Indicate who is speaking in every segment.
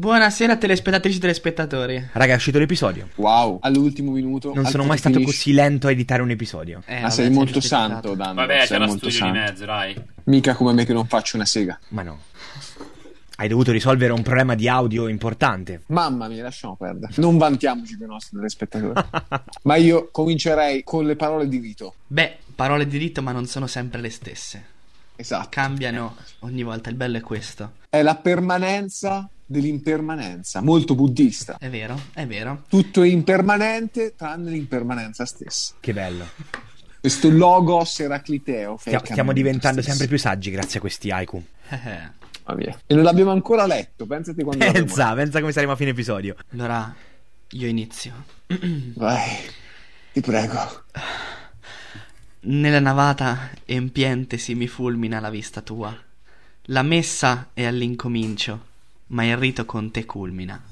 Speaker 1: Buonasera telespettatrici e telespettatori. Eh,
Speaker 2: Raga, è uscito l'episodio.
Speaker 3: Wow, all'ultimo minuto.
Speaker 2: Non
Speaker 3: al
Speaker 2: sono mai
Speaker 3: tutto
Speaker 2: stato
Speaker 3: finish.
Speaker 2: così lento a editare un episodio.
Speaker 1: Eh,
Speaker 3: Ah,
Speaker 1: vabbè,
Speaker 3: sei
Speaker 1: ti
Speaker 3: molto
Speaker 1: aspettato.
Speaker 3: santo, Dan.
Speaker 4: Vabbè,
Speaker 3: sei
Speaker 4: c'era
Speaker 3: molto
Speaker 4: studio di
Speaker 3: santo.
Speaker 4: mezzo, dai.
Speaker 3: Mica come me che non faccio una sega.
Speaker 2: Ma no. Hai dovuto risolvere un problema di audio importante.
Speaker 3: Mamma mia, lasciamo perdere. Non vantiamoci con i nostri telespettatori. Ma io comincerei con le parole di Vito.
Speaker 1: Beh, parole di rito, ma non sono sempre le stesse.
Speaker 3: Esatto.
Speaker 1: Cambiano ogni volta, il bello è questo.
Speaker 3: È la permanenza dell'impermanenza, molto buddista.
Speaker 1: È vero, è vero.
Speaker 3: Tutto è impermanente tranne l'impermanenza stessa.
Speaker 2: Che bello.
Speaker 3: Questo logos eracliteo. che è
Speaker 2: Stia-
Speaker 3: il
Speaker 2: stiamo
Speaker 3: cambiamento
Speaker 2: diventando
Speaker 3: stesso.
Speaker 2: sempre più saggi grazie a questi haiku.
Speaker 1: Eh, eh.
Speaker 3: Mamma mia. E non l'abbiamo ancora letto, pensate quando l'abbiamo
Speaker 2: Pensa, pensa come saremo a fine episodio.
Speaker 1: Allora, io inizio.
Speaker 3: Vai, ti prego.
Speaker 1: Nella navata empiente si mi fulmina la vista tua. La messa è all'incomincio, ma il rito con te culmina.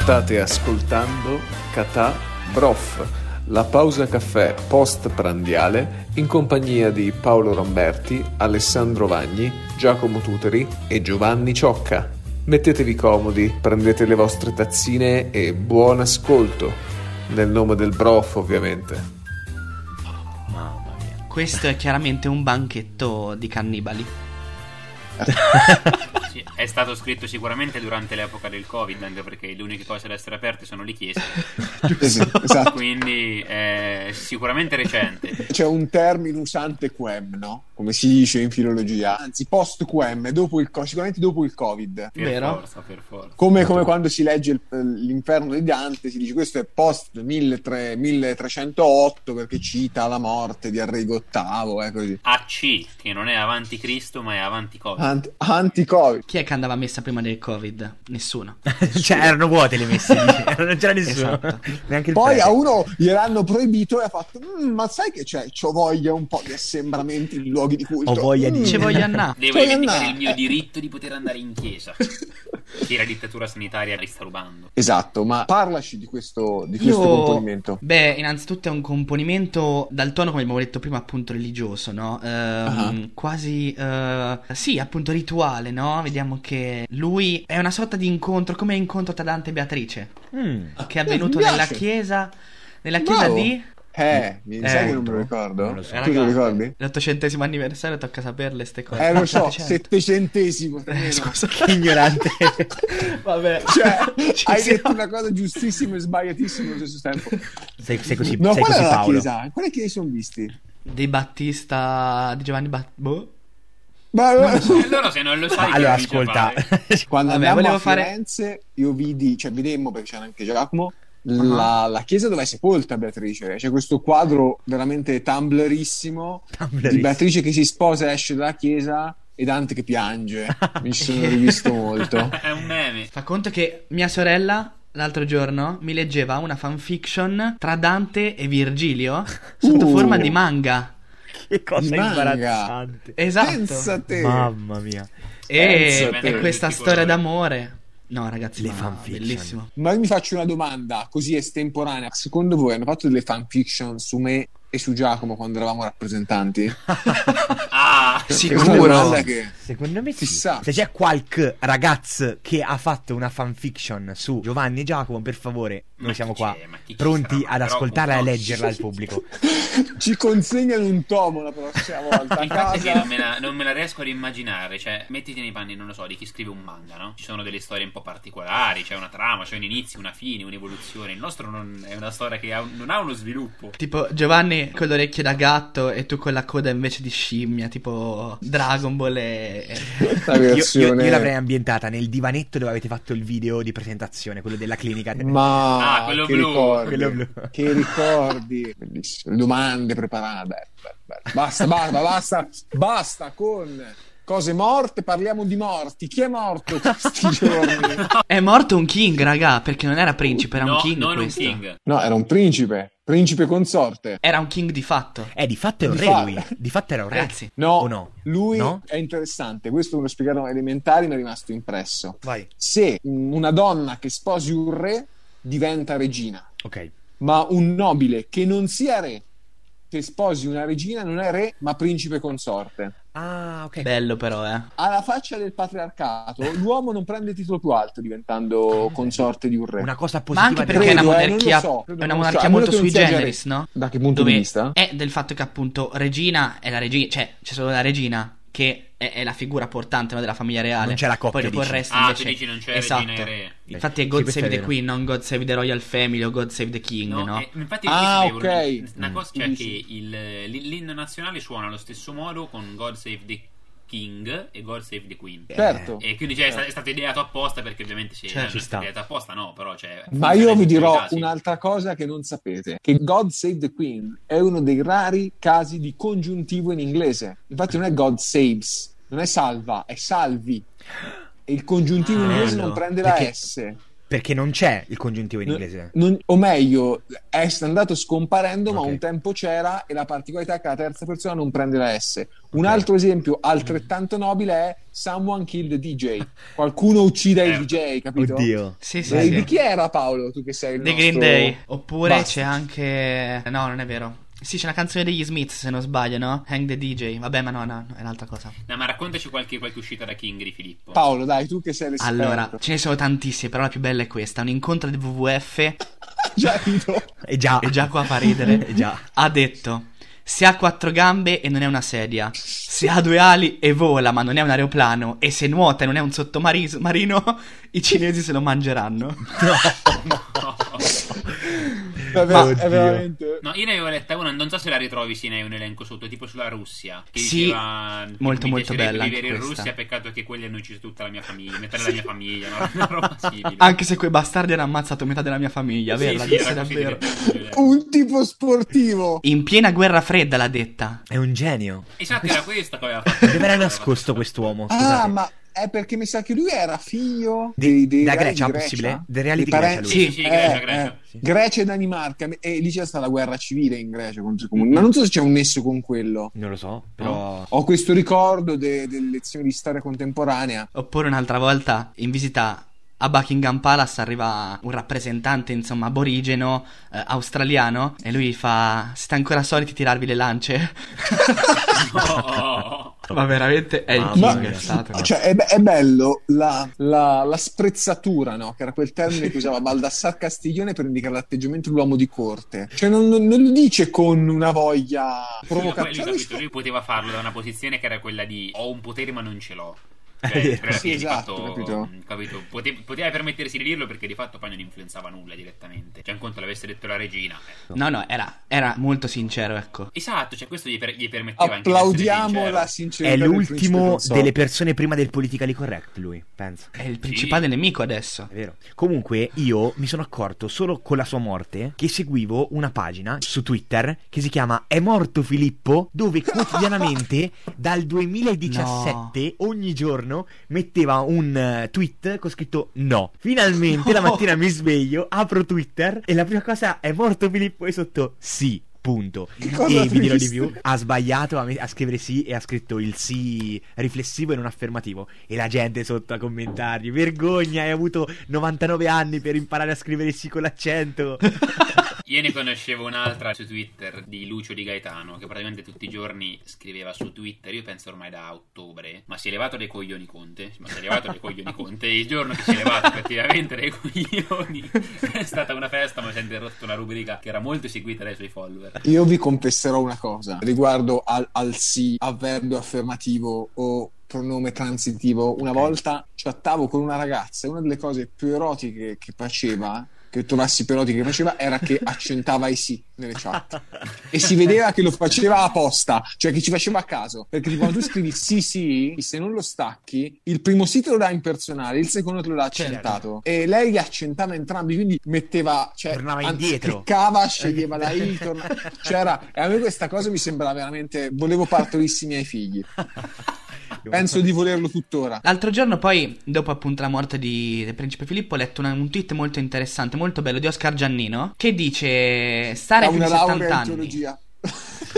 Speaker 5: State ascoltando Catà Brof, la pausa caffè post prandiale in compagnia di Paolo Ramberti, Alessandro Vagni, Giacomo Tuteri e Giovanni Ciocca. Mettetevi comodi, prendete le vostre tazzine e buon ascolto. Nel nome del Brof, ovviamente.
Speaker 2: Mamma mia.
Speaker 1: Questo è chiaramente un banchetto di cannibali.
Speaker 4: Sì, è stato scritto sicuramente durante l'epoca del Covid, anche perché le uniche cose ad essere aperte sono le chiese.
Speaker 3: Esatto, esatto.
Speaker 4: Quindi è sicuramente recente.
Speaker 3: C'è un termine usante quem, no? Come si dice in filologia, anzi post quem, dopo il co- sicuramente dopo il Covid.
Speaker 4: Per
Speaker 1: Vero.
Speaker 4: forza, per forza.
Speaker 3: Come, come quando si legge il- l'inferno di Dante, si dice questo è post 1300 1308 perché cita la morte di Arrigo VIII, eh, così.
Speaker 4: AC, che non è avanti Cristo, ma è avanti Covid.
Speaker 2: Ah,
Speaker 3: Anti- Anti-Covid.
Speaker 1: Chi è che andava messa prima del Covid? Nessuno.
Speaker 2: cioè, erano vuote le messe. dice. non c'era nessuno.
Speaker 1: Esatto.
Speaker 2: Neanche il
Speaker 3: Poi
Speaker 2: prete.
Speaker 3: a uno gliel'hanno proibito e ha fatto, "Mm, ma sai che c'è? C'ho voglia un po' di assembramenti in luoghi di culto.
Speaker 2: Ho voglia di-
Speaker 3: Mm.
Speaker 1: Ce voglio andare.
Speaker 4: Devo
Speaker 3: Puoi
Speaker 4: rivendicare
Speaker 3: andare.
Speaker 4: il mio diritto di poter andare in chiesa. Che la dittatura sanitaria li sta rubando.
Speaker 3: Esatto, ma parlaci di questo, di
Speaker 1: Io-
Speaker 3: questo componimento.
Speaker 1: Beh, innanzitutto è un componimento dal tono, come abbiamo detto prima, appunto religioso, no? Ehm,
Speaker 2: Ah.
Speaker 1: Quasi, eh, sì, appunto rituale, no? Vediamo che lui è una sorta di incontro, come incontro tra Dante e Beatrice,
Speaker 2: Mm.
Speaker 1: che è
Speaker 3: Eh, mi
Speaker 1: avvenuto nella
Speaker 3: piace.
Speaker 1: chiesa, nella chiesa
Speaker 3: Bravo.
Speaker 1: di...
Speaker 3: Eh, mi sai
Speaker 1: Eh,
Speaker 3: che non me lo ricordo?
Speaker 2: non lo so.
Speaker 3: Tu te lo ricordi?
Speaker 1: L'ottocentesimo anniversario, tocca saperle ste cose. Certo.
Speaker 3: Eh, lo so,
Speaker 1: 700.
Speaker 3: settecentesimo.
Speaker 1: Eh, scusa.
Speaker 2: Che ignorante.
Speaker 1: Vabbè.
Speaker 3: Cioè,
Speaker 1: Ci
Speaker 3: hai
Speaker 1: siamo.
Speaker 3: detto una cosa giustissima e sbagliatissima allo stesso tempo.
Speaker 2: sei, sei così,
Speaker 3: No,
Speaker 2: sei
Speaker 3: qual
Speaker 2: così
Speaker 3: era la
Speaker 2: Paolo.
Speaker 3: chiesa? Quale chiesa sono visti?
Speaker 1: Di Battista, di Giovanni Battista... Boh.
Speaker 3: Ma,
Speaker 4: E allora se non lo sai...
Speaker 2: Ma allora,
Speaker 4: che dice
Speaker 2: ascolta.
Speaker 4: fare?
Speaker 3: Quando
Speaker 1: Vabbè,
Speaker 3: andammo
Speaker 1: volevo
Speaker 3: a
Speaker 1: fare-
Speaker 3: Firenze, io vidi, cioè vedemmo perché c'era anche Giacomo,
Speaker 1: Uh-huh.
Speaker 3: la, la chiesa dove è sepolta Beatrice. C'è questo quadro veramente tumblerissimo di
Speaker 2: Tumblr.
Speaker 3: Beatrice che si sposa e esce dalla chiesa e Dante che piange. Mi ci sono rivisto molto.
Speaker 4: È un meme.
Speaker 1: Fa conto che mia sorella l'altro giorno mi leggeva una fanfiction tra Dante e Virgilio sotto
Speaker 3: Uh.
Speaker 1: forma di manga.
Speaker 2: Che cosa
Speaker 3: Manga.
Speaker 2: imbarazzante.
Speaker 1: Esatto.
Speaker 3: Pensa te.
Speaker 2: Mamma mia.
Speaker 1: e,
Speaker 3: pensa
Speaker 1: e
Speaker 3: te.
Speaker 1: questa
Speaker 4: Tutti
Speaker 1: storia
Speaker 4: colori.
Speaker 1: d'amore. No, ragazzi,
Speaker 2: Le
Speaker 1: ma
Speaker 2: fanfiction.
Speaker 1: bellissimo.
Speaker 3: Ma io mi faccio una domanda così estemporanea. Secondo voi hanno fatto delle fanfiction su me e su Giacomo quando eravamo rappresentanti?
Speaker 4: Ah,
Speaker 3: Questa è una
Speaker 1: Sicuro.
Speaker 3: domanda che...
Speaker 2: Secondo me sì.
Speaker 3: Chissà.
Speaker 2: Se c'è qualche ragazzo che ha fatto una fanfiction su Giovanni e Giacomo, per favore, noi
Speaker 4: Ma
Speaker 2: siamo
Speaker 4: chi
Speaker 2: qua
Speaker 4: c'è? Cioè, Ma chi ci
Speaker 2: pronti
Speaker 4: sarà?
Speaker 2: ad
Speaker 4: Però,
Speaker 2: ascoltarla e a
Speaker 4: no.
Speaker 2: leggerla al pubblico.
Speaker 3: Ci consegnano un tomo la prossima volta a
Speaker 4: Il fatto è che
Speaker 3: casa.
Speaker 4: non me, la, non me la riesco ad immaginare, cioè, mettiti nei panni, non lo so, di chi scrive un manga, no? Ci sono delle storie un po' particolari, c'è una trama, c'è un inizio, una fine, un'evoluzione. Il nostro non- è una storia che ha un- non ha uno sviluppo.
Speaker 1: Tipo Giovanni con le orecchie da gatto e tu con la coda invece di scimmia, tipo Dragon Ball e...
Speaker 3: La
Speaker 2: Io, io-
Speaker 3: versione-
Speaker 2: io l'avrei ambientata nel divanetto dove avete fatto il video di presentazione, quello della clinica.
Speaker 3: Mm. Ma
Speaker 4: Ah, quello
Speaker 3: che
Speaker 4: blu.
Speaker 3: ricordi,
Speaker 2: Quello blu.
Speaker 3: che ricordi, bellissimo. Le domande preparate. Bello, bello, bello. Basta, basta, basta, basta con cose morte. Parliamo di morti. Chi è morto questi giorni?
Speaker 1: È morto un king, raga, perché non era principe, era
Speaker 4: no,
Speaker 1: un king
Speaker 4: non
Speaker 1: questo.
Speaker 4: un king.
Speaker 3: No, era un principe, principe consorte.
Speaker 1: Era un king di fatto.
Speaker 2: Eh, di fatto è un
Speaker 3: Di
Speaker 2: re
Speaker 3: fa-
Speaker 2: lui. Di fatto era un re.
Speaker 1: Ragazzi.
Speaker 3: No,
Speaker 2: O no?
Speaker 3: lui
Speaker 2: No?
Speaker 3: è interessante. Questo me lo spiegarono alle elementari, mi è rimasto impresso.
Speaker 2: Vai.
Speaker 3: Se una donna che sposi un re diventa regina,
Speaker 2: Ok.
Speaker 3: ma un nobile che non sia re, che sposi una regina non è re, ma principe consorte.
Speaker 2: Ah, ok.
Speaker 1: Bello però, eh.
Speaker 3: Alla faccia del patriarcato, l'uomo non prende il titolo più alto diventando consorte di un re.
Speaker 2: Eh, Una cosa positiva
Speaker 1: Ma anche
Speaker 2: di-
Speaker 1: perché è una
Speaker 3: Credo, eh,
Speaker 1: monarchia,
Speaker 3: non lo so, credo
Speaker 1: è una
Speaker 3: non lo so,
Speaker 1: monarchia
Speaker 3: a meno
Speaker 1: molto
Speaker 3: che non
Speaker 1: sui
Speaker 3: sia
Speaker 1: generis, no?
Speaker 3: Da che punto
Speaker 1: Dove
Speaker 3: di vista?
Speaker 1: È del fatto che appunto regina è la regina, cioè c'è solo la regina che è, è la figura portante no, della famiglia reale.
Speaker 2: Non c'è la coppia,
Speaker 1: Poi dopo il
Speaker 2: dici.
Speaker 1: resto
Speaker 4: Ah,
Speaker 1: invece...
Speaker 4: tu dici non c'è
Speaker 1: esatto.
Speaker 4: regina e re.
Speaker 1: Infatti è
Speaker 2: Sì,
Speaker 1: God
Speaker 2: questo
Speaker 1: Save
Speaker 2: è
Speaker 1: the
Speaker 2: vero.
Speaker 1: Queen, non God Save the Royal Family o God Save the King, no?
Speaker 4: eh, infatti
Speaker 3: Ah,
Speaker 4: io ti sapevo,
Speaker 3: ok.
Speaker 4: una cosa
Speaker 3: Mm.
Speaker 4: cioè
Speaker 3: Tu
Speaker 4: che
Speaker 3: dici.
Speaker 4: il, l- l'inno nazionale suona allo stesso modo con God Save the King e God Save the Queen.
Speaker 2: eh,
Speaker 3: Certo.
Speaker 4: E quindi cioè, è, sta- è stato ideato apposta perché ovviamente sì,
Speaker 1: Certo,
Speaker 4: non
Speaker 2: ci
Speaker 4: è
Speaker 2: sta.
Speaker 4: stato ideato apposta, no, però cioè,
Speaker 3: Ma io vi
Speaker 2: eh,
Speaker 3: dirò
Speaker 4: casi.
Speaker 3: un'altra cosa che non sapete, che God Save the Queen è uno dei rari casi di congiuntivo in inglese. Infatti non è God Saves, non è salva, è salvi. E il congiuntivo
Speaker 4: Ah,
Speaker 3: in inglese
Speaker 1: bello.
Speaker 3: non prende la
Speaker 2: Perché-
Speaker 3: S.
Speaker 2: Perché non c'è il congiuntivo in inglese.
Speaker 3: Non- o meglio, è andato scomparendo, ma
Speaker 2: Ok.
Speaker 3: un tempo c'era e la particolarità è che la terza persona non prende la S. Un
Speaker 2: Ok.
Speaker 3: altro esempio altrettanto nobile è Someone Kill the DJ. Qualcuno uccida il
Speaker 4: Eh,
Speaker 3: DJ, capito?
Speaker 2: Oddio.
Speaker 1: Sì, sì,
Speaker 3: E
Speaker 1: sì.
Speaker 3: di chi era Paolo? Tu che sei il
Speaker 1: The
Speaker 3: nostro-
Speaker 1: Green Day. Oppure
Speaker 3: Basta.
Speaker 1: c'è anche... No, non è vero. Sì, c'è una canzone degli Smith, se non sbaglio, no? Hang the DJ. Vabbè, ma no, no, no, è un'altra cosa.
Speaker 4: No, ma raccontaci qualche, qualche uscita da King di Filippo.
Speaker 3: Paolo, dai, tu che sei l'esperto.
Speaker 1: Allora, ce ne sono tantissime, però la più bella è questa. Un incontro di WWF
Speaker 3: già rido.
Speaker 2: E già.
Speaker 1: E già qua fa ridere.
Speaker 2: E già.
Speaker 1: Ha detto: Se ha quattro gambe e non è una sedia, se ha due ali e vola ma non è un aeroplano, e se nuota e non è un sottomarino, marino, i cinesi se lo mangeranno.
Speaker 3: Vabbè, è
Speaker 2: Oddio.
Speaker 3: veramente...
Speaker 4: No, io ne avevo letta una, non so se la ritrovi, sì, ne hai un elenco sotto, tipo sulla Russia. Che
Speaker 1: Sì,
Speaker 4: diceva, che
Speaker 1: molto,
Speaker 4: mi
Speaker 1: molto
Speaker 4: piacerebbe
Speaker 1: bella
Speaker 4: vivere
Speaker 1: anche
Speaker 4: in
Speaker 1: questa.
Speaker 4: Russia, peccato che quelli hanno ucciso tutta la mia famiglia, metà della mia famiglia, no? una roba simile.
Speaker 1: Anche se quei bastardi hanno ammazzato metà della mia famiglia,
Speaker 4: Sì,
Speaker 1: vero? La
Speaker 4: sì,
Speaker 1: disse
Speaker 4: era così
Speaker 1: davvero.
Speaker 4: direttamente.
Speaker 3: Un tipo sportivo.
Speaker 1: In piena guerra fredda l'ha detta.
Speaker 2: È un genio.
Speaker 4: Esatto, era questa che aveva fatto.
Speaker 2: Dove era nascosto quest'uomo?
Speaker 3: Ah,
Speaker 2: Scusate.
Speaker 3: ma è perché mi sa che lui era figlio
Speaker 2: Di-
Speaker 3: dei, dei
Speaker 2: da
Speaker 3: reali
Speaker 2: Grecia,
Speaker 3: di
Speaker 2: possibile? Dei reali di
Speaker 3: parenti-
Speaker 2: Grecia,
Speaker 4: Sì,
Speaker 1: lui.
Speaker 4: sì, sì,
Speaker 3: Eh,
Speaker 4: Grecia,
Speaker 3: eh,
Speaker 4: Grecia.
Speaker 2: Sì.
Speaker 3: Grecia e Danimarca e lì c'è stata la guerra civile in Grecia contro i comuni ma non so se c'è un nesso con quello
Speaker 2: Non lo so, però.
Speaker 3: ho questo ricordo de- delle lezioni di storia contemporanea
Speaker 1: Oppure un'altra volta in visita. A Buckingham Palace arriva un rappresentante, insomma, aborigeno, eh, australiano, e lui fa: Siete ancora soliti tirarvi le lance?
Speaker 4: Oh, No.
Speaker 1: Ma veramente è il
Speaker 2: Mamma
Speaker 1: king
Speaker 3: mia.
Speaker 1: è stato.
Speaker 3: cioè è, be- è bello la, la- la sprezzatura no? che era quel termine che usava Baldassar Castiglione per indicare l'atteggiamento dell'uomo di corte cioè non, non- non lo dice con una voglia
Speaker 4: Lui, lui,
Speaker 3: provocatoria
Speaker 4: capito, lui poteva farlo da una posizione che era quella di ho un potere ma non ce l'ho.
Speaker 2: È vero.
Speaker 4: però
Speaker 3: Sì,
Speaker 4: di
Speaker 3: esatto,
Speaker 4: fatto,
Speaker 3: capito.
Speaker 4: mh, capito, pote- poteva permettersi di dirlo perché di fatto poi non influenzava nulla direttamente. Cioè, un conto l'avesse detto la regina. eh.
Speaker 1: No, no, era, era molto sincero, ecco.
Speaker 4: Esatto, cioè questo gli, per- gli permetteva anche di essere
Speaker 3: applaudiamo
Speaker 4: sincero.
Speaker 3: la sincerità
Speaker 2: È
Speaker 3: del
Speaker 2: l'ultimo
Speaker 3: principe
Speaker 2: delle
Speaker 3: consorte.
Speaker 2: persone prima del politically correct, lui, penso.
Speaker 1: È il principale nemico adesso.
Speaker 2: È vero. Comunque, io mi sono accorto solo con la sua morte che seguivo una pagina su Twitter che si chiama È morto Filippo, dove quotidianamente dal 2017 ogni giorno metteva un eh, tweet con scritto no. Finalmente la
Speaker 1: No.
Speaker 2: mattina mi sveglio, apro Twitter e la prima cosa è morto Filippo e sotto sì. Punto.
Speaker 3: cosa
Speaker 2: e vi dirò di
Speaker 3: triste.
Speaker 2: più. Ha sbagliato a, me- a scrivere sì e ha scritto il sì riflessivo e non affermativo. E la gente sotto a commentargli: Vergogna, hai avuto 99 anni per imparare a scrivere sì con l'accento.
Speaker 4: Io ne conoscevo un'altra su Twitter di Lucio Di Gaetano che praticamente tutti i giorni scriveva su Twitter, io penso ormai da ottobre, ma si è levato dei coglioni Conte, ma si è levato dei coglioni Conte, il giorno che si è levato effettivamente dei coglioni è stata una festa, ma si è interrotta una rubrica che era molto seguita dai suoi follower.
Speaker 3: Io vi confesserò una cosa riguardo al, al sì, avverbio affermativo o pronome transitivo. Una volta chattavo con una ragazza e una delle cose più erotiche che faceva, che trovassi più erotiche che faceva, era che accentava i sì nelle chat. Esatto. E si vedeva che lo faceva apposta, cioè che ci faceva a caso. Perché tipo, quando tu scrivi sì sì, se non lo stacchi, il primo sì te lo dà impersonale, il secondo te lo dà
Speaker 1: Certo.
Speaker 3: accentato. E lei li accentava entrambi, quindi metteva, cioè,
Speaker 2: Tornava
Speaker 3: anzi,
Speaker 2: indietro.
Speaker 3: cliccava, sceglieva la I, torna- c'era. E a me questa cosa mi sembrava veramente. Volevo partorissi i miei figli. Penso di volerlo tuttora.
Speaker 1: L'altro giorno, poi, dopo appunto la morte di, del principe Filippo, ho letto una- un tweet molto interessante, molto bello, di Oscar Giannino, che dice: Stare
Speaker 3: Ha
Speaker 1: fino
Speaker 3: una
Speaker 1: a
Speaker 3: laurea
Speaker 1: 70
Speaker 3: in
Speaker 1: anni.
Speaker 3: teologia.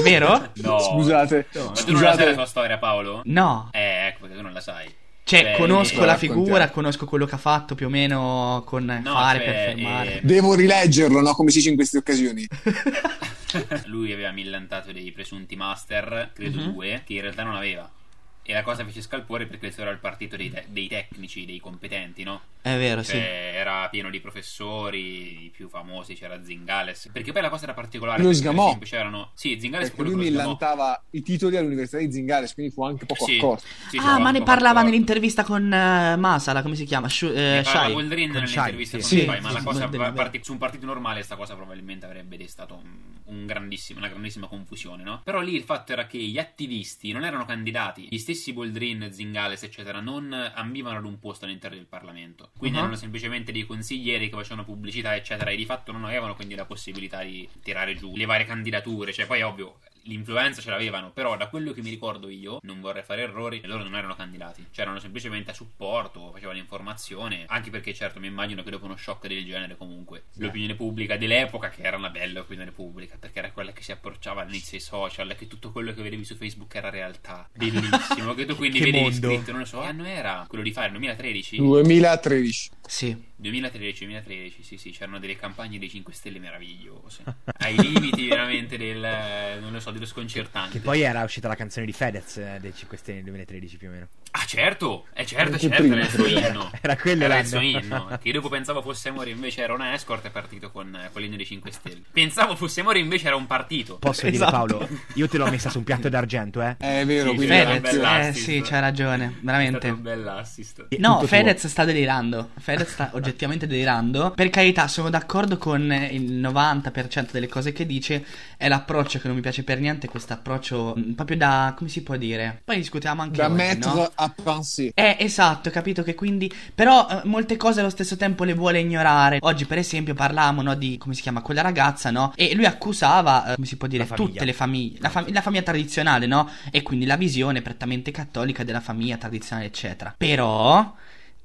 Speaker 1: Vero?
Speaker 4: No.
Speaker 3: Scusate,
Speaker 4: Ma tu non la sai la
Speaker 3: scusate.
Speaker 4: tua storia Paolo?
Speaker 1: No.
Speaker 4: Eh, ecco perché tu non la sai.
Speaker 1: Cioè,
Speaker 4: Beh,
Speaker 1: conosco
Speaker 4: eh,
Speaker 1: la
Speaker 3: raccontiamo.
Speaker 1: figura, conosco quello che ha fatto più o meno con
Speaker 4: No,
Speaker 1: fare
Speaker 4: cioè,
Speaker 1: per fermare.
Speaker 4: eh,
Speaker 3: Devo rileggerlo, no? Come si dice in queste occasioni.
Speaker 4: Lui aveva millantato dei presunti master, credo
Speaker 1: Mhm.
Speaker 4: due, che in realtà non aveva. E la cosa fece scalpore perché questo era il partito dei, te- dei tecnici, dei competenti, no?
Speaker 1: È vero,
Speaker 4: Cioè, era pieno di professori, i più famosi, c'era Zingales. Perché poi la cosa era particolare.
Speaker 3: Lui
Speaker 4: perché, per
Speaker 3: sgamò.
Speaker 4: esempio, c'erano... Sì, Zingales
Speaker 3: Perché
Speaker 4: quello
Speaker 3: lui
Speaker 4: che lo sgamò.
Speaker 3: millantava i titoli all'università di Zingales, quindi fu anche poco
Speaker 4: Sì,
Speaker 3: accorto.
Speaker 4: sì,
Speaker 1: ah,
Speaker 4: sì,
Speaker 1: ma ne
Speaker 4: poco
Speaker 1: parlava
Speaker 4: accorto.
Speaker 1: nell'intervista con eh, Masala, come si chiama? Shu- eh,
Speaker 4: Ne parla
Speaker 1: Shai.
Speaker 4: Wolverine
Speaker 2: con
Speaker 4: nell'intervista
Speaker 2: Shai,
Speaker 4: con
Speaker 1: sì.
Speaker 4: Shai,
Speaker 1: Sì,
Speaker 4: ma
Speaker 1: sì,
Speaker 4: la
Speaker 1: sì,
Speaker 4: cosa
Speaker 1: va bene, va
Speaker 4: parti- su un partito normale sta cosa probabilmente avrebbe destato un, un grandissimo- una grandissima confusione, no? Però lì il fatto era che gli attivisti non erano candidati, gli stessi Boldrin, Zingales, eccetera, non ambivano ad un posto all'interno del Parlamento. Quindi
Speaker 1: Ah.
Speaker 4: erano semplicemente dei consiglieri che facevano pubblicità, eccetera, e di fatto non avevano quindi la possibilità di tirare giù le varie candidature, cioè poi ovvio L'influenza ce l'avevano, però da quello che mi ricordo io, non vorrei fare errori, e loro non erano candidati, cioè erano semplicemente a supporto, facevano informazione, anche perché certo mi immagino che dopo uno shock del genere comunque l'opinione pubblica dell'epoca, che era una bella opinione pubblica, perché era quella che si approcciava all'inizio ai social, che tutto quello che vedevi su Facebook era realtà, bellissimo, che tu quindi
Speaker 2: Che
Speaker 4: vedevi
Speaker 2: mondo.
Speaker 4: scritto, non lo so, che anno era quello di fare, 2013?
Speaker 3: 2013.
Speaker 1: Sì.
Speaker 4: 2013, 2013, sì, sì, c'erano delle campagne dei 5 Stelle meravigliose. Ai limiti veramente del, eh, non lo so, dello sconcertante.
Speaker 2: Che poi era uscita la canzone di Fedez eh, dei 5 Stelle nel 2013 più o meno.
Speaker 4: Ah, certo, eh, certo,
Speaker 3: Anche
Speaker 4: certo,
Speaker 3: prima,
Speaker 4: era il suo
Speaker 3: credo.
Speaker 4: inno.
Speaker 2: Era quello
Speaker 4: Era
Speaker 2: l'anno.
Speaker 4: il suo inno. Che io dopo pensavo fosse Mori, invece era una escort e è partito con, eh, con l'inno dei 5 Stelle. Pensavo fosse Mori, invece era un partito.
Speaker 2: Posso dire
Speaker 1: Esatto.
Speaker 2: Paolo, io te l'ho messa su un piatto d'argento, eh.
Speaker 3: È vero,
Speaker 4: Sì,
Speaker 3: quindi
Speaker 4: sì,
Speaker 3: era
Speaker 4: era un
Speaker 1: Fedez,
Speaker 3: anche-
Speaker 1: eh
Speaker 4: bell'assist.
Speaker 1: sì, c'hai ragione,
Speaker 4: È stato un
Speaker 1: veramente.
Speaker 4: bell'assist.
Speaker 2: E
Speaker 1: No,
Speaker 2: tutto
Speaker 1: Fedez
Speaker 2: tuo.
Speaker 1: sta delirando. Fedez sta oggettivamente delirando. Per carità, sono d'accordo con il 90% delle cose che dice. È l'approccio che non mi piace per niente. Questo approccio mh, proprio da. come si può dire? Poi discutiamo anche
Speaker 3: da
Speaker 1: oggi,
Speaker 3: mettre
Speaker 1: no?
Speaker 3: a penser.
Speaker 1: Eh, esatto, capito che quindi. Però eh, molte cose allo stesso tempo le vuole ignorare. Oggi, per esempio, parlavamo no, di come si chiama quella ragazza, no? E lui accusava, eh, come si può dire,
Speaker 2: La famiglia.
Speaker 1: tutte le famiglie. La, fam- la famiglia tradizionale, no? E quindi la visione prettamente cattolica della famiglia tradizionale, eccetera. Però.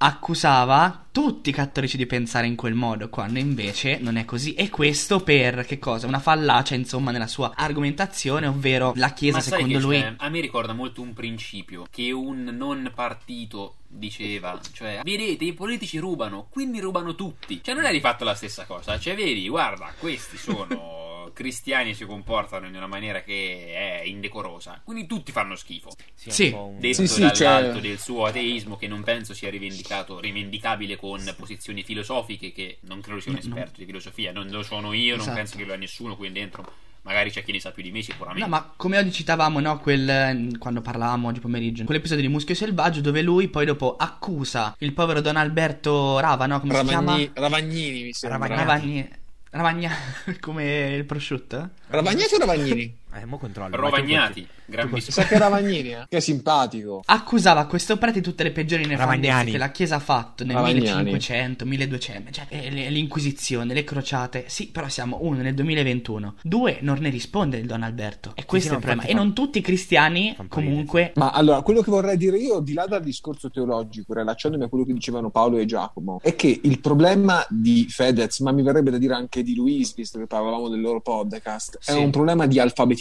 Speaker 1: Accusava tutti i cattolici di pensare in quel modo, quando invece non è così. E questo per che cosa? Una fallacia, insomma, nella sua argomentazione, ovvero la Chiesa,
Speaker 4: Ma sai
Speaker 1: secondo
Speaker 4: che
Speaker 1: lui.
Speaker 4: c'è? a me ricorda molto un principio che un non partito diceva, cioè vedete i politici rubano, quindi rubano tutti. Cioè non è di fatto la stessa cosa, cioè vedi, guarda, questi sono cristiani e si comportano in una maniera che è indecorosa, quindi tutti fanno schifo.
Speaker 2: Sì,
Speaker 1: Sì.
Speaker 2: un po' un-
Speaker 4: Detto
Speaker 3: Sì, sì,
Speaker 4: dall'alto
Speaker 3: cioè-
Speaker 4: del suo ateismo che non penso sia rivendicato, rivendicabile con posizioni filosofiche che non credo sia un
Speaker 1: No, no.
Speaker 4: esperto di filosofia, non lo sono io, non
Speaker 1: Esatto.
Speaker 4: penso che lo è nessuno qui dentro. Magari c'è chi ne sa più di me sicuramente.
Speaker 1: No, ma come oggi citavamo, no, quel eh, quando parlavamo oggi pomeriggio, quell'episodio di Muschio Selvaggio dove lui poi dopo accusa il povero Don Alberto Rava, no, come si chiama?
Speaker 3: Ravagni- Ravagnini mi sembra.
Speaker 2: Ravagnini.
Speaker 1: Ravagni Ravagna come il prosciutto?
Speaker 3: Ravagnati o Ravagnini?
Speaker 2: Eh, mo controllo. vai, tu
Speaker 4: Rovagnati,
Speaker 3: Mi
Speaker 4: grandissimo.
Speaker 3: sa che è Ravagnini, eh? che è simpatico.
Speaker 1: Accusava questo prete di tutte le peggiori nefandezze
Speaker 2: Ravagnani.
Speaker 1: che la Chiesa ha fatto nel
Speaker 3: Ravagnani.
Speaker 1: 1500, 1200, cioè eh, le- l'Inquisizione, le crociate. Sì, però siamo uno nel 2021. Due, non ne risponde il Don Alberto. E questo
Speaker 2: sì,
Speaker 1: è il
Speaker 2: no,
Speaker 1: problema.
Speaker 2: infatti
Speaker 1: E
Speaker 2: fa-
Speaker 1: non tutti i cristiani
Speaker 2: fa un po'
Speaker 1: comunque
Speaker 3: Ma allora, quello che vorrei dire io, di là dal discorso teologico, rilacciandomi a quello che dicevano Paolo e Giacomo, è che il problema di Fedez, ma mi verrebbe da dire anche di Luis, visto che parlavamo del loro podcast, è
Speaker 1: Sì.
Speaker 3: un problema di alfabetizzazione.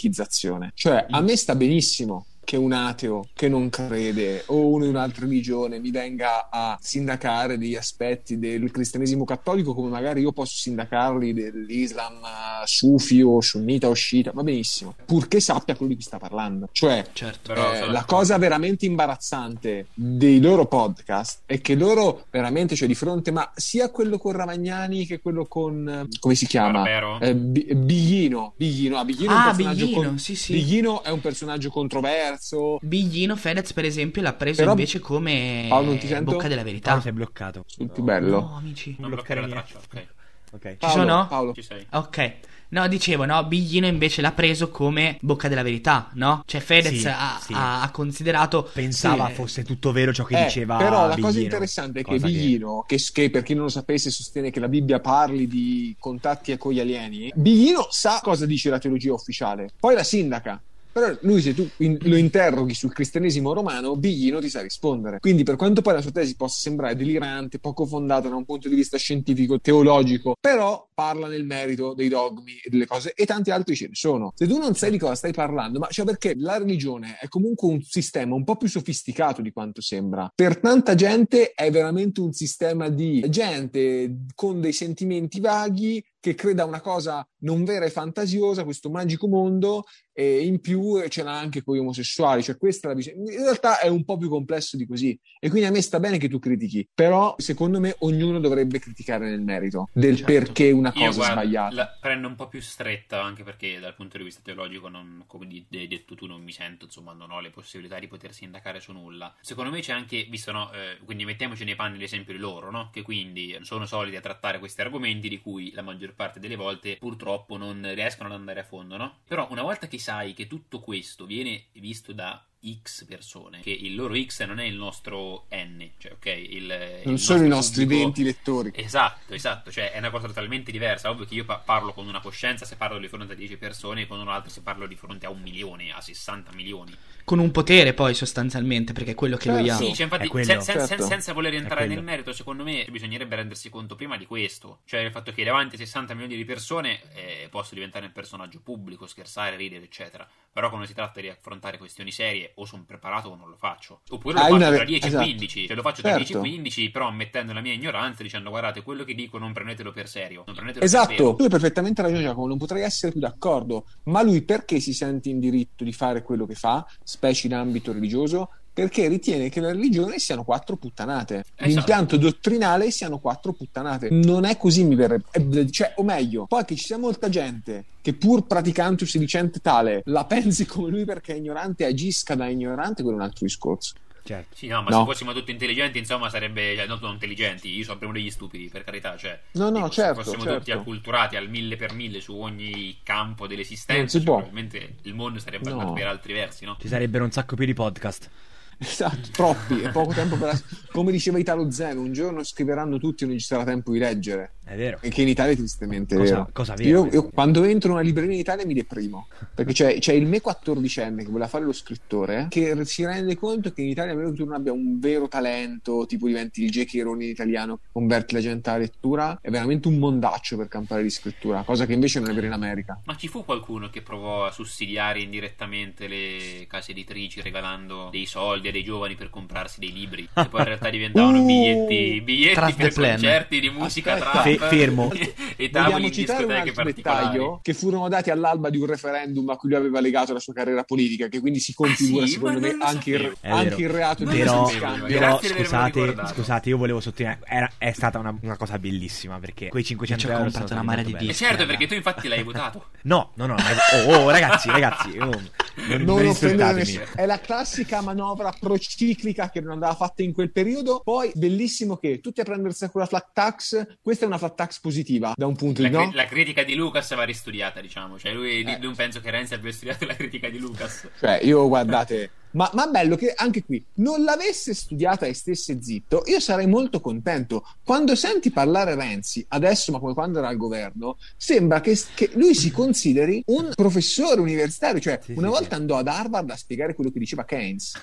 Speaker 3: Cioè, a me sta benissimo che un ateo che non crede o uno di un'altra religione mi venga a sindacare degli aspetti del cristianesimo cattolico come magari io posso sindacarli dell'islam eh, sufi o sunnita o sciita, va benissimo, purché sappia quello di cui sta parlando. Cioè,
Speaker 1: certo.
Speaker 4: Però
Speaker 3: eh,
Speaker 4: sono
Speaker 3: la
Speaker 4: d'accordo.
Speaker 3: cosa veramente imbarazzante dei loro podcast è che loro veramente, cioè di fronte, ma sia quello con Ravagnani che quello con eh, come si chiama?
Speaker 4: Barbero?
Speaker 3: Eh, Bi- Biglino. Biglino. Ah, Biglino, è un
Speaker 1: Ah,
Speaker 3: personaggio
Speaker 1: Biglino,
Speaker 3: con-
Speaker 1: sì, sì.
Speaker 3: Biglino è un personaggio controverso.
Speaker 1: Biglino Fedez, per esempio, l'ha preso
Speaker 3: Però-
Speaker 1: invece come
Speaker 3: Paolo, non ti sento?
Speaker 1: bocca della
Speaker 2: Paolo,
Speaker 1: verità.
Speaker 2: sei bloccato.
Speaker 3: Sul più bello.
Speaker 1: No, amici.
Speaker 4: Non bloccare la traccia, ok.
Speaker 2: Ok.
Speaker 1: Ci sono?
Speaker 3: Eh, Paolo.
Speaker 4: Ci sei.
Speaker 1: Ok. No, dicevo, no, Biglino invece l'ha preso come bocca della verità, no? Cioè Fedez
Speaker 2: Sì,
Speaker 1: ha,
Speaker 2: sì.
Speaker 1: ha- ha considerato...
Speaker 2: Pensava
Speaker 1: Sì.
Speaker 2: fosse tutto vero ciò che
Speaker 3: Eh,
Speaker 2: diceva
Speaker 3: però la cosa
Speaker 2: Biglino.
Speaker 3: interessante è che
Speaker 2: Cosa
Speaker 3: Biglino, che... che per chi non lo sapesse sostiene che la Bibbia parli di contatti con gli alieni, Biglino sa cosa dice la teologia ufficiale, poi la sindaca. Però lui, se tu in- lo interroghi sul cristianesimo romano, Biglino ti sa rispondere. Quindi, per quanto poi la sua tesi possa sembrare delirante, poco fondata da un punto di vista scientifico, teologico, però parla nel merito dei dogmi e delle cose, e tanti altri ce ne sono. Se tu non sai di cosa stai parlando, ma cioè perché la religione è comunque un sistema un po' più sofisticato di quanto sembra. Per tanta gente è veramente un sistema di gente con dei sentimenti vaghi che creda una cosa non vera e fantasiosa, questo magico mondo, e in più eh, ce l'ha anche con gli omosessuali, cioè questa è la visione. In realtà è un po' più complesso di così, e quindi a me sta bene che tu critichi, però secondo me ognuno dovrebbe criticare nel merito del
Speaker 1: Certo.
Speaker 3: perché una cosa
Speaker 4: Io guarda,
Speaker 3: sbagliata.
Speaker 4: la prendo un po' più stretta anche perché dal punto di vista teologico, non- come di- hai detto tu, non mi sento, insomma, non ho le possibilità di poter sindacare su nulla. Secondo me c'è anche, visto no, eh, quindi mettiamoci nei panni l'esempio di loro, no? Che quindi sono soliti a trattare questi argomenti di cui la maggior parte delle volte purtroppo non riescono ad andare a fondo, no? Però una volta che sai che tutto questo viene visto da X persone, che il loro X non è il nostro N, cioè ok, il,
Speaker 3: Non
Speaker 4: il
Speaker 3: sono i
Speaker 4: nostro
Speaker 3: nostri
Speaker 4: pubblico-
Speaker 3: 20 lettori.
Speaker 4: Esatto, esatto, cioè è una cosa totalmente diversa. Ovvio che io pa- parlo con una coscienza se parlo di fronte a 10 persone, con un'altra se parlo di fronte a un milione, a 60 milioni.
Speaker 1: Con un potere poi sostanzialmente, perché è quello che lui ha.
Speaker 3: Certo.
Speaker 4: Sì, cioè, infatti,
Speaker 2: È quello.
Speaker 4: sen- sen- sen-
Speaker 3: Certo.
Speaker 4: senza voler
Speaker 2: È
Speaker 4: entrare
Speaker 2: quello.
Speaker 4: nel merito, secondo me bisognerebbe rendersi conto prima di questo, cioè il fatto che davanti a 60 milioni di persone eh, posso diventare un personaggio pubblico, scherzare, ridere, eccetera. Però quando si tratta di affrontare questioni serie, o sono preparato o non lo faccio. Oppure lo
Speaker 3: Hai
Speaker 4: faccio
Speaker 3: una re-
Speaker 4: tra 10
Speaker 3: esatto.
Speaker 4: e 15, cioè lo faccio
Speaker 3: Certo.
Speaker 4: tra 10 e 15, però ammettendo la mia ignoranza, dicendo guardate quello che dico non prendetelo per serio. Non prendetelo per
Speaker 3: Esatto,
Speaker 4: vero.
Speaker 3: tu hai perfettamente ragione Giacomo, non potrei essere più d'accordo, ma lui perché si sente in diritto di fare quello che fa, specie in ambito religioso? Perché ritiene che la religione siano quattro puttanate,
Speaker 4: Esatto.
Speaker 3: l'impianto dottrinale siano quattro puttanate. Non è così, mi verrebbe. eh, Cioè, o meglio, poi che ci sia molta gente che pur praticante o sedicente tale la pensi come lui perché è ignorante e agisca da ignorante, quello è un altro discorso.
Speaker 2: Certo.
Speaker 4: Sì, no, ma
Speaker 3: No.
Speaker 4: se fossimo tutti intelligenti, insomma, sarebbe. Cioè, no, non intelligenti, io sono primo degli stupidi, per carità. Cioè,
Speaker 3: No, no,
Speaker 4: dico,
Speaker 3: certo,
Speaker 4: Se fossimo
Speaker 3: certo.
Speaker 4: tutti acculturati al mille per mille su ogni campo
Speaker 3: Non
Speaker 4: dell'esistenza,
Speaker 3: si
Speaker 4: cioè,
Speaker 3: può.
Speaker 4: probabilmente il mondo sarebbe
Speaker 3: No.
Speaker 4: andato per altri versi, no?
Speaker 2: Ci sarebbero un sacco più di podcast.
Speaker 3: Esatto, troppi, e poco tempo per... Come diceva Italo Zeno, un giorno scriveranno tutti e non ci sarà tempo di leggere.
Speaker 2: È vero.
Speaker 3: E che in Italia è tristemente
Speaker 2: Cosa-
Speaker 3: vero.
Speaker 2: cosa vera,
Speaker 3: io,
Speaker 2: questa.
Speaker 3: io quando entro in una libreria in Italia mi deprimo perché c'è, c'è il me 14enne che voleva fare lo scrittore che si rende conto che in Italia a meno che tu non abbia un vero talento tipo diventi il J.K. in italiano che converti la gente alla lettura è veramente un mondaccio per campare di scrittura cosa che invece non è vera in America
Speaker 4: Ma ci fu qualcuno che provò a sussidiare indirettamente le case editrici regalando dei soldi a dei giovani per comprarsi dei libri, che poi in realtà diventavano
Speaker 3: Uh,
Speaker 4: biglietti, biglietti
Speaker 1: Trust the
Speaker 4: per
Speaker 1: plan.
Speaker 4: concerti di musica
Speaker 3: Aspetta.
Speaker 4: trap
Speaker 2: Fe- fermo.
Speaker 4: e tavoli
Speaker 3: Vogliamo
Speaker 4: in
Speaker 3: citare un
Speaker 4: discoteche
Speaker 3: altro
Speaker 4: particolari.
Speaker 3: dettaglio che furono dati all'alba di un referendum a cui lui aveva legato la sua carriera politica che quindi si configura
Speaker 4: Ah, sì?
Speaker 3: secondo
Speaker 4: Ma
Speaker 3: me
Speaker 4: non lo
Speaker 3: anche il,
Speaker 4: sapevo.
Speaker 2: È
Speaker 3: anche
Speaker 2: vero.
Speaker 3: il reato di
Speaker 2: però,
Speaker 4: lo
Speaker 3: scambio
Speaker 4: sapevo, ragazzi.
Speaker 2: però
Speaker 4: Grazie di avermelo
Speaker 2: scusate,
Speaker 4: ricordato.
Speaker 2: scusate, io volevo sottolineare, era- è stata una, una cosa bellissima perché quei 500
Speaker 1: Ci ho
Speaker 2: euro
Speaker 1: comprato
Speaker 2: sono
Speaker 1: una marea
Speaker 2: stati
Speaker 1: di
Speaker 4: E
Speaker 2: molto
Speaker 4: certo,
Speaker 2: belli.
Speaker 4: perché tu infatti l'hai votato.
Speaker 2: No, no, no, ma- oh, oh, ragazzi, ragazzi, oh, non, non
Speaker 3: non offendere
Speaker 2: insultatemi.
Speaker 3: nessuno. È la classica manovra prociclica che non andava fatta in quel periodo. Poi, bellissimo che tutti a prendersi con la flat tax, questa è una flat tax positiva da un punto
Speaker 4: La,
Speaker 3: di no.
Speaker 4: cri- la critica di Lucas va ristudiata, diciamo. Cioè, lui
Speaker 3: Eh.
Speaker 4: non penso che Renzi abbia studiato la critica di Lucas.
Speaker 3: Cioè, io guardate. Ma, ma bello che anche qui non l'avesse studiata e stesse zitto, io sarei molto contento. Quando senti parlare Renzi, adesso ma come quando era al governo, sembra che, che lui si consideri un professore universitario. Cioè,
Speaker 2: Sì,
Speaker 3: una
Speaker 2: sì,
Speaker 3: volta
Speaker 2: sì.
Speaker 3: andò ad Harvard a spiegare quello che diceva Keynes.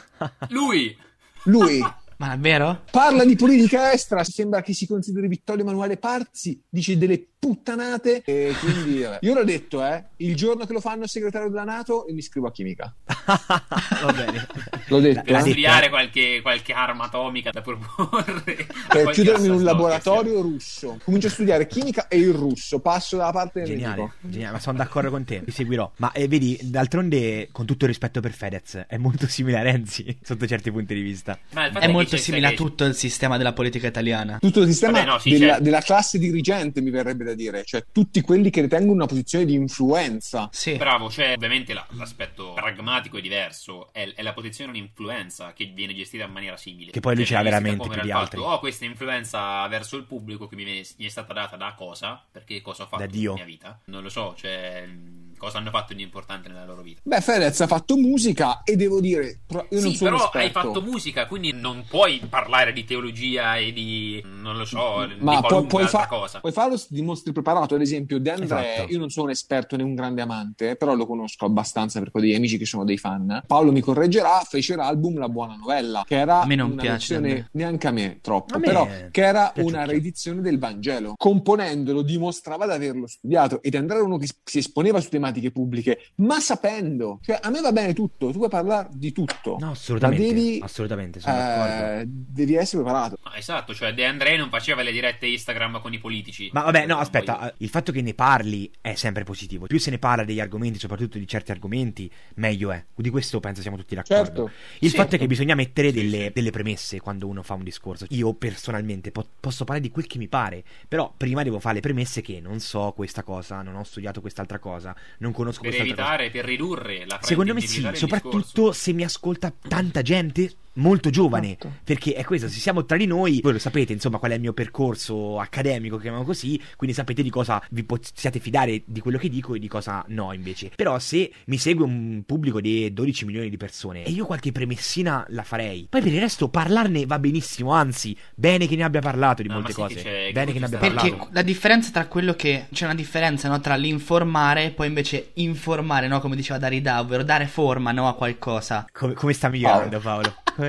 Speaker 4: Lui!
Speaker 3: Lui,
Speaker 1: Ma davvero?
Speaker 3: parla di politica estera, sembra che si consideri Vittorio Emanuele Parzi, dice delle puttanate e quindi vabbè. io l'ho detto, eh, il giorno che lo fanno segretario della Nato e mi iscrivo a chimica.
Speaker 4: Ah,
Speaker 2: Va bene.
Speaker 3: L'ho detto,
Speaker 4: Per
Speaker 2: La- la-
Speaker 3: eh.
Speaker 4: studiare qualche, qualche arma atomica da proporre.
Speaker 3: Per
Speaker 4: Qualche
Speaker 3: chiudermi in un
Speaker 4: assassin-
Speaker 3: laboratorio russo, comincio a studiare chimica e il russo, passo dalla parte del
Speaker 2: Geniale,
Speaker 3: nemico.
Speaker 2: geniale, ma sono d'accordo con te, ti seguirò. Ma eh, vedi, d'altronde, con tutto il rispetto per Fedez, è molto simile a Renzi, sotto certi punti di vista.
Speaker 4: Ma il fatto
Speaker 1: È
Speaker 4: che
Speaker 1: molto
Speaker 4: c'è-
Speaker 1: simile a
Speaker 4: che-
Speaker 1: tutto il sistema della politica italiana.
Speaker 3: Tutto il sistema
Speaker 4: Vabbè, no, sì,
Speaker 3: della,
Speaker 4: certo.
Speaker 3: della classe dirigente, mi verrebbe da dire, cioè tutti quelli che ritengono una posizione di influenza.
Speaker 1: Sì.
Speaker 4: Bravo, cioè ovviamente la- l'aspetto pragmatico è diverso, è, è la posizione un'influenza che viene gestita in maniera simile.
Speaker 2: Che poi lui
Speaker 4: Cioè,
Speaker 2: ce l'ha
Speaker 4: viene
Speaker 2: veramente più
Speaker 4: gestita come
Speaker 2: di
Speaker 4: dal fatto,
Speaker 2: altri.
Speaker 4: oh, questa influenza verso il pubblico che mi, viene- mi è stata data da cosa? Perché cosa ho fatto
Speaker 2: Da Dio.
Speaker 4: nella mia vita? Non lo so, cioè mh, cosa hanno fatto di importante nella loro vita.
Speaker 3: Beh, Fedez ha fatto musica e devo dire, pro- io non
Speaker 4: sì,
Speaker 3: sono
Speaker 4: però
Speaker 3: esperto.
Speaker 4: hai fatto musica, quindi non puoi parlare di teologia e di non lo so,
Speaker 3: ma
Speaker 4: di
Speaker 3: pu-
Speaker 4: qualunque
Speaker 3: puoi,
Speaker 4: altra
Speaker 3: fa-
Speaker 4: cosa.
Speaker 3: puoi farlo se ti dimostri preparato ad esempio De André
Speaker 2: Esatto.
Speaker 3: io non sono un esperto né un grande amante però lo conosco abbastanza perché ho degli amici che sono dei fan Paolo mi correggerà fece l'album La Buona Novella che era
Speaker 1: A me non
Speaker 3: una
Speaker 1: piace
Speaker 3: versione-
Speaker 1: De André.
Speaker 3: neanche a me troppo
Speaker 2: A me
Speaker 3: però che era
Speaker 2: piace
Speaker 3: una
Speaker 2: anche.
Speaker 3: riedizione del Vangelo componendolo dimostrava di averlo studiato e De André era uno che si esponeva su tematiche pubbliche ma sapendo cioè a me va bene tutto tu puoi parlare di tutto
Speaker 2: No, assolutamente,
Speaker 3: Ma devi,
Speaker 2: assolutamente, sono
Speaker 3: eh,
Speaker 2: d'accordo.
Speaker 3: devi essere preparato
Speaker 4: Ma esatto, cioè De André non faceva le dirette Instagram con i politici.
Speaker 2: Ma vabbè, no,
Speaker 4: Poi-
Speaker 2: aspetta, il fatto che ne parli è sempre positivo. Più se ne parla degli argomenti, soprattutto di certi argomenti, meglio è. Di questo penso siamo tutti d'accordo.
Speaker 3: Certo.
Speaker 2: Il
Speaker 3: Sì.
Speaker 2: fatto è che bisogna mettere delle, delle premesse quando uno fa un discorso. Io personalmente po- posso parlare di quel che mi pare, però prima devo fare le premesse che non so questa cosa, non ho studiato quest'altra cosa, non conosco
Speaker 4: Per
Speaker 2: quest'altra cosa.
Speaker 4: evitare, per ridurre la
Speaker 2: Secondo me sì,
Speaker 4: fraintendibilità del
Speaker 2: soprattutto
Speaker 4: discorso.
Speaker 2: se mi ascolta tanta gente molto giovane,
Speaker 3: Esatto.
Speaker 2: perché è questo, se siamo tra di noi, voi lo sapete, insomma, qual è il mio percorso accademico, chiamiamolo così, quindi sapete di cosa vi possiate fidare di quello che dico e di cosa no invece. Però se mi segue un pubblico di 12 milioni di persone e io qualche premessina la farei, poi per il resto parlarne va benissimo, anzi, bene che ne abbia parlato di
Speaker 4: No,
Speaker 2: molte
Speaker 4: ma sì che
Speaker 2: cose,
Speaker 4: c'è-
Speaker 2: bene che ne abbia
Speaker 4: Perché-
Speaker 2: parlato.
Speaker 1: Perché la differenza tra quello che. C'è una differenza no? tra l'informare e poi invece informare, no? come diceva Darida, ovvero dare forma no? a qualcosa.
Speaker 2: Come, come sta migliorando Paolo? Come-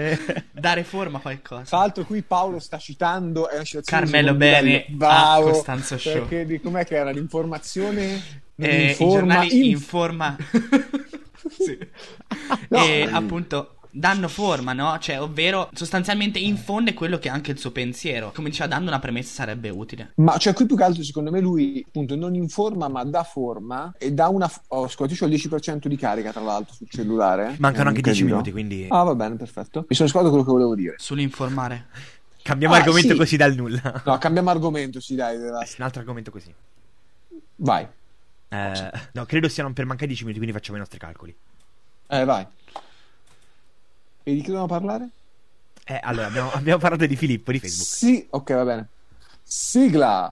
Speaker 1: Dare forma a qualcosa.
Speaker 3: Tra l'altro qui Paolo sta citando è una citazione di
Speaker 1: Carmelo
Speaker 3: Simone
Speaker 1: Bene
Speaker 3: Bello.
Speaker 1: a
Speaker 3: bravo,
Speaker 1: Costanzo Show.
Speaker 3: Perché di com'è che era l'informazione non
Speaker 1: Eh, I
Speaker 3: informa,
Speaker 1: giornali
Speaker 3: inf-
Speaker 1: informa. Sì.
Speaker 3: No.
Speaker 1: E appunto. Danno forma, no? Cioè, ovvero sostanzialmente infonde quello che è anche il suo pensiero. Come diceva, dando una premessa sarebbe utile.
Speaker 3: Ma cioè qui più che altro secondo me lui appunto non informa ma dà forma e dà una... f- oh, Ho scoperto il 10% di carica tra l'altro sul cellulare.
Speaker 2: Mancano
Speaker 3: È
Speaker 2: anche 10
Speaker 3: incredibile.
Speaker 2: minuti, quindi
Speaker 3: Ah va bene, perfetto. Mi sono scordato quello che volevo dire.
Speaker 1: Sull'informare.
Speaker 2: cambiamo
Speaker 4: Oh,
Speaker 3: Ah,
Speaker 2: argomento
Speaker 3: sì.
Speaker 2: così dal nulla.
Speaker 3: No, cambiamo argomento, sì dai. della-
Speaker 2: Un altro argomento così.
Speaker 3: Vai.
Speaker 4: Oh,
Speaker 2: Eh, no, credo siano per mancare 10 minuti, quindi facciamo i nostri calcoli.
Speaker 3: Eh, vai. E di che dobbiamo parlare?
Speaker 2: Eh, allora, abbiamo, abbiamo parlato di Filippo di Facebook.
Speaker 3: Sì, ok, va bene. Sigla.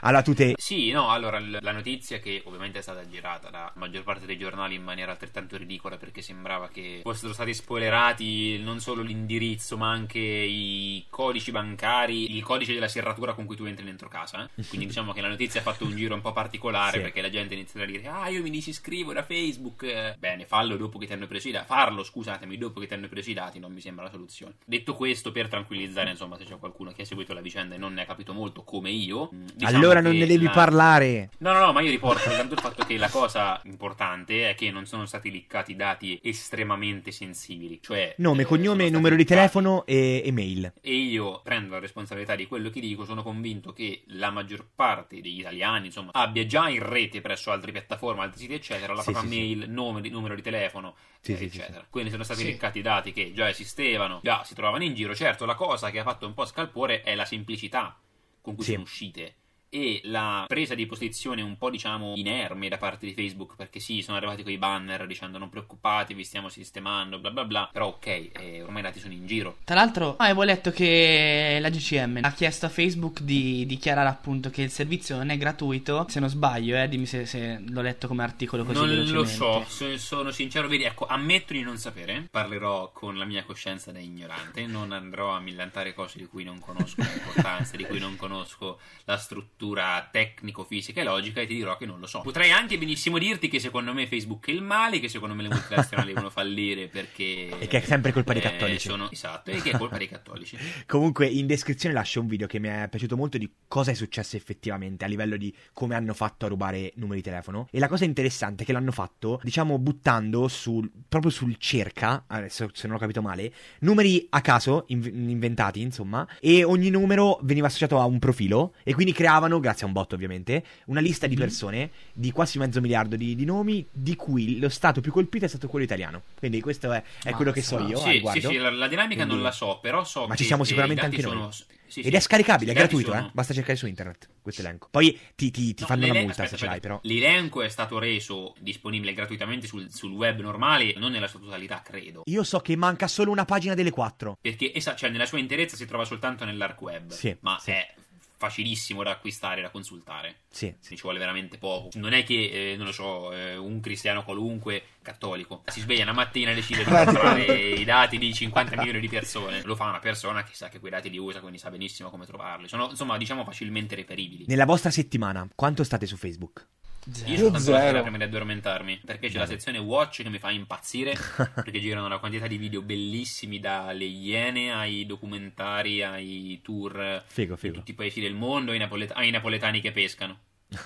Speaker 2: Allora, tu te.
Speaker 4: Sì, no, allora l- la notizia che ovviamente è stata girata da maggior parte dei giornali in maniera altrettanto ridicola perché sembrava che fossero stati spoilerati non solo l'indirizzo ma anche i codici bancari, il codice della serratura con cui tu entri dentro casa. eh. Quindi diciamo che la notizia ha fatto un giro un po' particolare
Speaker 2: Sì.
Speaker 4: perché la gente inizia a dire ah io mi disiscrivo da Facebook. eh. Bene, fallo dopo che ti hanno preso i dati, farlo scusatemi dopo che ti hanno preso i dati non mi sembra la soluzione. Detto questo per tranquillizzare insomma se c'è qualcuno che ha seguito la vicenda e non ne ha capito molto come io. mh, diciamo
Speaker 2: allora non
Speaker 4: che
Speaker 2: ne devi
Speaker 4: la-
Speaker 2: parlare.
Speaker 4: No, no, no, ma io riporto soltanto il fatto che la cosa importante è che non sono stati liccati dati estremamente sensibili, cioè...
Speaker 2: Nome,
Speaker 4: eh, sono
Speaker 2: cognome,
Speaker 4: stati
Speaker 2: numero di
Speaker 4: leccati.
Speaker 2: telefono e email.
Speaker 4: E io prendo la responsabilità di quello che dico, sono convinto che la maggior parte degli italiani, insomma, abbia già in rete presso altre piattaforme, altri siti, eccetera, la
Speaker 2: Sì,
Speaker 4: propria
Speaker 2: sì, sì.
Speaker 4: mail, nome, di- numero di telefono,
Speaker 2: Sì,
Speaker 4: eh,
Speaker 2: sì, sì,
Speaker 4: eccetera. Quindi sono stati
Speaker 1: Sì.
Speaker 4: leccati dati che già esistevano, già si trovavano in giro. Certo, la cosa che ha fatto un po' scalpore è la semplicità con cui
Speaker 2: Sì.
Speaker 4: sono uscite. E la presa di posizione un po', diciamo, inerme da parte di Facebook, perché sì, sono arrivati quei banner dicendo non preoccupatevi, stiamo sistemando, bla bla bla. Però ok, eh, ormai i dati sono in giro.
Speaker 1: Tra l'altro, ah, avevo letto che la GCM ha chiesto a Facebook di dichiarare appunto che il servizio non è gratuito. Se non sbaglio, eh, dimmi se, se l'ho letto come articolo così.
Speaker 4: non lo
Speaker 1: velocemente.
Speaker 4: so, so- sono sincero, vedi, ecco, ammetto di non sapere, parlerò con la mia coscienza da ignorante, non andrò a millantare cose di cui non conosco l'importanza, di cui non conosco la struttura tecnico-fisica e logica e ti dirò che non lo so. Potrei anche benissimo dirti che secondo me Facebook è il male, che secondo me le multinazionali devono fallire perché...
Speaker 2: E che è sempre colpa dei
Speaker 4: eh,
Speaker 2: cattolici.
Speaker 4: sono- esatto, e che è colpa dei cattolici.
Speaker 2: Comunque, in descrizione lascio un video che mi è piaciuto molto di cosa è successo effettivamente a livello di come hanno fatto a rubare numeri di telefono. E la cosa interessante è che l'hanno fatto, diciamo, buttando sul, proprio sul cerca, adesso se non ho capito male, numeri a caso, inv- inventati, insomma, e ogni numero veniva associato a un profilo. E quindi creavano, grazie a un bot ovviamente, una lista di persone di quasi mezzo miliardo di, di nomi, di cui lo stato più colpito è stato quello italiano. Quindi questo è, è quello che so
Speaker 1: Mazza.
Speaker 2: io. al
Speaker 4: sì, sì,
Speaker 2: riguardo.
Speaker 4: sì, la, la dinamica
Speaker 2: Quindi-
Speaker 4: non la so, però so
Speaker 2: ma
Speaker 4: che...
Speaker 2: ci siamo
Speaker 4: eh, i
Speaker 2: sicuramente
Speaker 4: dati
Speaker 2: anche
Speaker 4: sono-
Speaker 2: noi.
Speaker 4: sì,
Speaker 2: Ed
Speaker 4: sì.
Speaker 2: è scaricabile, è
Speaker 4: I dati
Speaker 2: gratuito,
Speaker 4: sono-
Speaker 2: eh? Basta cercare su internet questo elenco. Poi ti, ti- ti
Speaker 4: No,
Speaker 2: fanno una
Speaker 4: l'ele-
Speaker 2: multa
Speaker 4: aspetta,
Speaker 2: se ce l'hai, però.
Speaker 4: aspetta. L'elenco è stato reso disponibile gratuitamente sul, sul web normale, non nella sua totalità, credo.
Speaker 2: Io so che manca solo una pagina delle quattro.
Speaker 4: Perché esa- cioè, nella sua interezza si trova soltanto nell'arc web,
Speaker 2: Sì,
Speaker 4: ma
Speaker 2: sì.
Speaker 4: è facilissimo da acquistare, da consultare.
Speaker 2: Sì, sì.
Speaker 4: Ci vuole veramente poco. Non è che, eh, non lo so, eh, un cristiano qualunque, cattolico, si sveglia una mattina e decide di comprare i dati di 50 milioni di persone. Lo fa una persona che sa che quei dati li usa, quindi sa benissimo come trovarli. Sono, insomma, diciamo facilmente reperibili.
Speaker 2: Nella vostra settimana, quanto state su Facebook?
Speaker 1: Zero.
Speaker 4: Io sono
Speaker 3: Zero.
Speaker 4: la sera prima di addormentarmi perché c'è la sezione watch che mi fa impazzire perché girano una quantità di video bellissimi dalle iene ai documentari ai tour
Speaker 2: Figo,
Speaker 4: di
Speaker 2: figo.
Speaker 4: tutti i paesi del mondo ai, napolet- ai napoletani che pescano.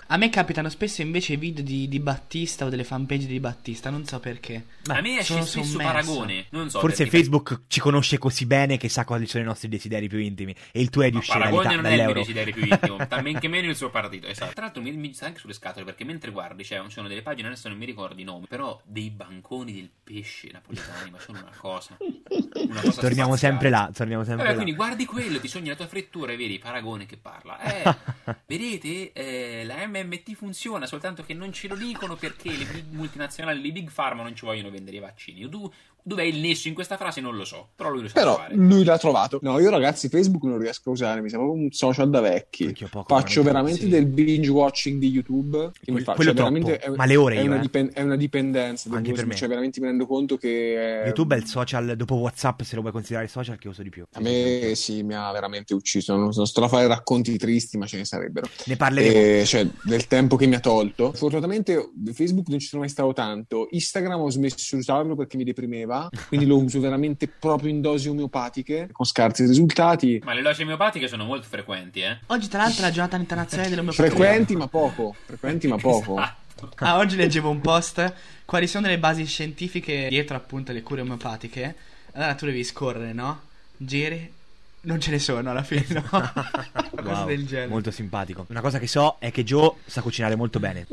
Speaker 1: A me capitano spesso invece i video di, di Battista o delle fanpage di Battista, non so perché.
Speaker 4: a me esce
Speaker 1: sono
Speaker 4: spesso
Speaker 1: sommerso.
Speaker 4: Paragone. Non so
Speaker 2: Forse
Speaker 4: perché-
Speaker 2: Facebook ci conosce così bene che sa quali sono i nostri desideri più intimi. E il tuo è di
Speaker 4: Ma
Speaker 2: uscire
Speaker 4: Paragone
Speaker 2: dall'Ita-
Speaker 4: non è il mio
Speaker 2: dall'euro.
Speaker 4: desiderio più intimo, men che meno il suo partito. Esatto. Tra l'altro mi, mi sta anche sulle scatole perché mentre guardi c'è ci sono delle pagine, adesso non mi ricordo i nomi, però dei banconi del pesce napoletani, ma sono una cosa. Una cosa
Speaker 2: Torniamo sempre
Speaker 4: spaziale.
Speaker 2: là, torniamo sempre
Speaker 4: Vabbè,
Speaker 2: là.
Speaker 4: quindi guardi quello, ti sogni la tua frittura e vedi Paragone che parla. Eh, vedete, eh, la MMT funziona, soltanto che non ce lo dicono perché le big multinazionali, le big pharma non ci vogliono vendere i vaccini. Du- dov'è il nesso in questa frase? Non lo so, però lui lo sa
Speaker 3: Però
Speaker 4: fare.
Speaker 3: lui l'ha trovato. No, io ragazzi, Facebook non riesco a usare, mi sembra proprio un social da vecchi.
Speaker 2: Anch'io poco,
Speaker 3: Faccio
Speaker 2: guarda,
Speaker 3: veramente
Speaker 2: sì.
Speaker 3: del binge watching di YouTube. Che mi
Speaker 2: Quel-
Speaker 3: faccio,
Speaker 2: quello
Speaker 3: cioè, veramente
Speaker 2: troppo. Ma le ore
Speaker 3: è,
Speaker 2: io,
Speaker 3: una
Speaker 2: eh.
Speaker 3: dipen- è una dipendenza. devo
Speaker 2: Anche per me.
Speaker 3: Cioè, veramente mi rendo conto che. eh,
Speaker 2: YouTube è il social, dopo WhatsApp, se lo vuoi considerare social, che uso di più.
Speaker 3: A me sì, mi ha veramente ucciso. Non, non sto a fare racconti tristi, ma ce ne sarebbero.
Speaker 2: Ne parleremo.
Speaker 3: Eh, cioè, del tempo che mi ha tolto. Fortunatamente Facebook non ci sono mai stato tanto. Instagram ho smesso di usarlo perché mi deprimeva, quindi lo uso veramente proprio in dosi omeopatiche, con scarsi risultati.
Speaker 4: Ma le loce miopatiche sono molto frequenti, eh.
Speaker 1: Oggi, tra l'altro, è la giornata internazionale dell'omeopatia.
Speaker 3: Frequenti ma poco, frequenti ma poco.
Speaker 4: Esatto.
Speaker 1: Ah, oggi leggevo un post. Quali sono le basi scientifiche dietro appunto le cure omeopatiche? Allora tu devi scorrere, no? Giri. Non ce ne sono alla fine, no? Una cosa
Speaker 2: Wow,
Speaker 1: del genere.
Speaker 2: Molto simpatico. Una cosa che so è che Joe sa cucinare molto bene.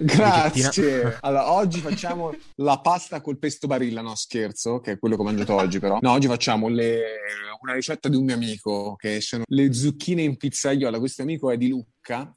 Speaker 2: Ricettina.
Speaker 3: Grazie. Allora, oggi facciamo la pasta col pesto barilla, no scherzo, che è quello che ho mangiato oggi però. No, oggi facciamo le- una ricetta di un mio amico, che sono le zucchine in pizzaiola. Questo amico è di Lucca.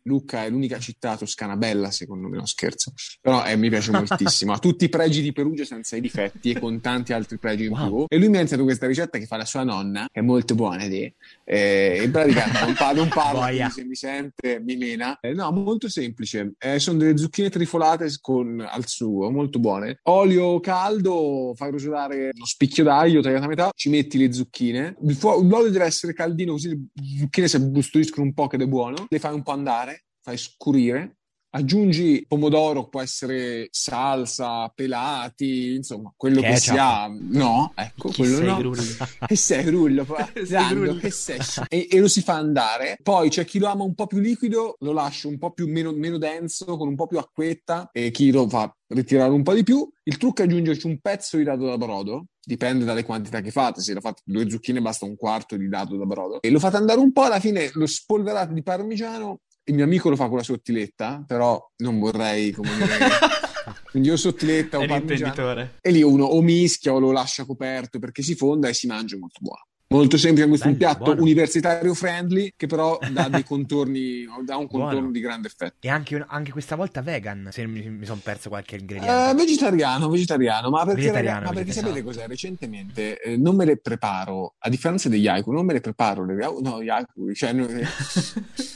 Speaker 3: Lucca è l'unica città toscana bella, secondo me, no scherzo. Però eh, mi piace moltissimo. Ha tutti i pregi di Perugia senza i difetti e con tanti altri pregi in
Speaker 2: Wow.
Speaker 3: più. E lui mi ha insegnato questa ricetta che fa la sua nonna, che è molto buona, ed è eh, in pratica non, pa- non parla,
Speaker 2: Boia.
Speaker 3: quindi se mi sente mi mena. Eh, no, molto semplice. Eh, sono delle zucchine trifolate con, al sugo, molto buone. Olio caldo, fai rosolare uno spicchio d'aglio tagliato a metà, ci metti le zucchine. Il fuo- l'olio deve essere caldino così le zucchine si abbustoliscono un po' che è buono. Le fai un po' andare, fai scurire. Aggiungi pomodoro, può essere salsa, pelati, insomma, quello che
Speaker 2: Ketchup.
Speaker 3: si ha. No, ecco,
Speaker 1: Chi
Speaker 3: quello
Speaker 1: sei,
Speaker 3: no
Speaker 1: Grulli?
Speaker 3: che sei rullo, poi,
Speaker 1: Sei
Speaker 3: Zando,
Speaker 1: rullo.
Speaker 3: che sei? E, e lo si fa andare. Poi c'è chi lo ama un po' più liquido, lo lascio un po' più meno, meno denso, con un po' più acquetta, e chi lo fa ritirare un po' di più. Il trucco è aggiungerci un pezzo di dado da brodo. Dipende dalle quantità che fate, se lo fate due zucchine basta un quarto di dado da brodo e lo fate andare un po', alla fine lo spolverate di parmigiano. Il mio amico lo fa con la sottiletta, però non vorrei come dire. Quindi io sottiletta o
Speaker 1: È
Speaker 3: parmigiano
Speaker 1: l'imprenditore.
Speaker 3: e lì uno o mischia o lo lascia coperto perché si fonda e si mangia molto buono. Molto semplice, questo è un
Speaker 2: Bello,
Speaker 3: piatto
Speaker 2: buono.
Speaker 3: universitario friendly che però dà dei contorni, dà un contorno
Speaker 2: Buono.
Speaker 3: di grande effetto.
Speaker 2: E anche, un- anche questa volta vegan, se mi, sono perso qualche ingrediente.
Speaker 3: Eh, vegetariano, vegetariano, ma perché,
Speaker 2: Vegetariano,
Speaker 3: raga- ma perché
Speaker 2: vegetariano.
Speaker 3: sapete cos'è? Recentemente eh, non me le preparo, a differenza degli haiku, non me le preparo le no, gli haiku, cioè no, eh,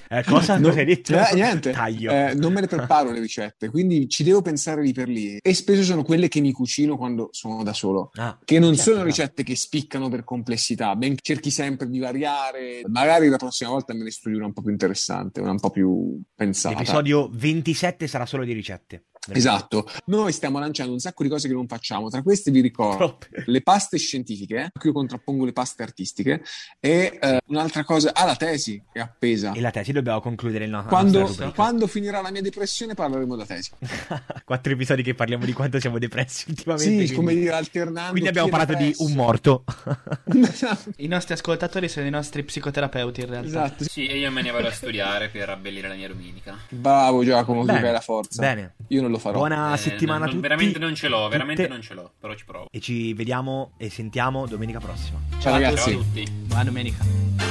Speaker 2: Eh, cosa
Speaker 3: No,
Speaker 2: cosa hai detto?
Speaker 3: eh, niente.
Speaker 2: Taglio.
Speaker 3: Eh, non me ne preparo le ricette, quindi ci devo pensare lì per lì. E spesso sono quelle che mi cucino quando sono da solo.
Speaker 2: Ah,
Speaker 3: Che non
Speaker 2: certo,
Speaker 3: sono
Speaker 2: no.
Speaker 3: ricette che spiccano per complessità, ben cerchi sempre di variare. Magari la prossima volta me ne studio una un po' più interessante, una un po' più pensata.
Speaker 2: L'episodio 27 sarà solo di ricette.
Speaker 3: Esatto. Noi stiamo lanciando un sacco di cose che non facciamo. Tra queste vi ricordo
Speaker 2: Troppe.
Speaker 3: le paste scientifiche, qui io contrappongo le paste artistiche, e eh, un'altra cosa, ah, la tesi è appesa.
Speaker 2: E la tesi dobbiamo concludere il nostro
Speaker 3: Quando,
Speaker 2: rubrica.
Speaker 3: quando finirà la mia depressione parleremo della tesi.
Speaker 2: Quattro episodi che parliamo di quanto siamo depressi ultimamente.
Speaker 3: Sì,
Speaker 2: quindi-
Speaker 3: come dire, alternando.
Speaker 2: Quindi abbiamo
Speaker 3: chi è
Speaker 2: parlato di
Speaker 3: depresso.
Speaker 2: un morto.
Speaker 1: I nostri ascoltatori sono i nostri psicoterapeuti, in realtà.
Speaker 3: esatto.
Speaker 4: Sì, e io me ne vado a studiare per abbellire la mia domenica.
Speaker 3: Bravo Giacomo,
Speaker 2: Bene,
Speaker 3: che bella forza.
Speaker 2: Bene.
Speaker 3: Io non lo farò.
Speaker 2: Buona
Speaker 4: Eh,
Speaker 2: Ah, settimana
Speaker 4: non-
Speaker 2: a tutti.
Speaker 4: Veramente non ce l'ho, veramente
Speaker 2: Tutte.
Speaker 4: non ce l'ho, però ci provo.
Speaker 2: E ci vediamo e sentiamo domenica prossima.
Speaker 3: Ciao ragazzi.
Speaker 4: Ciao a tutti.
Speaker 1: Buona domenica.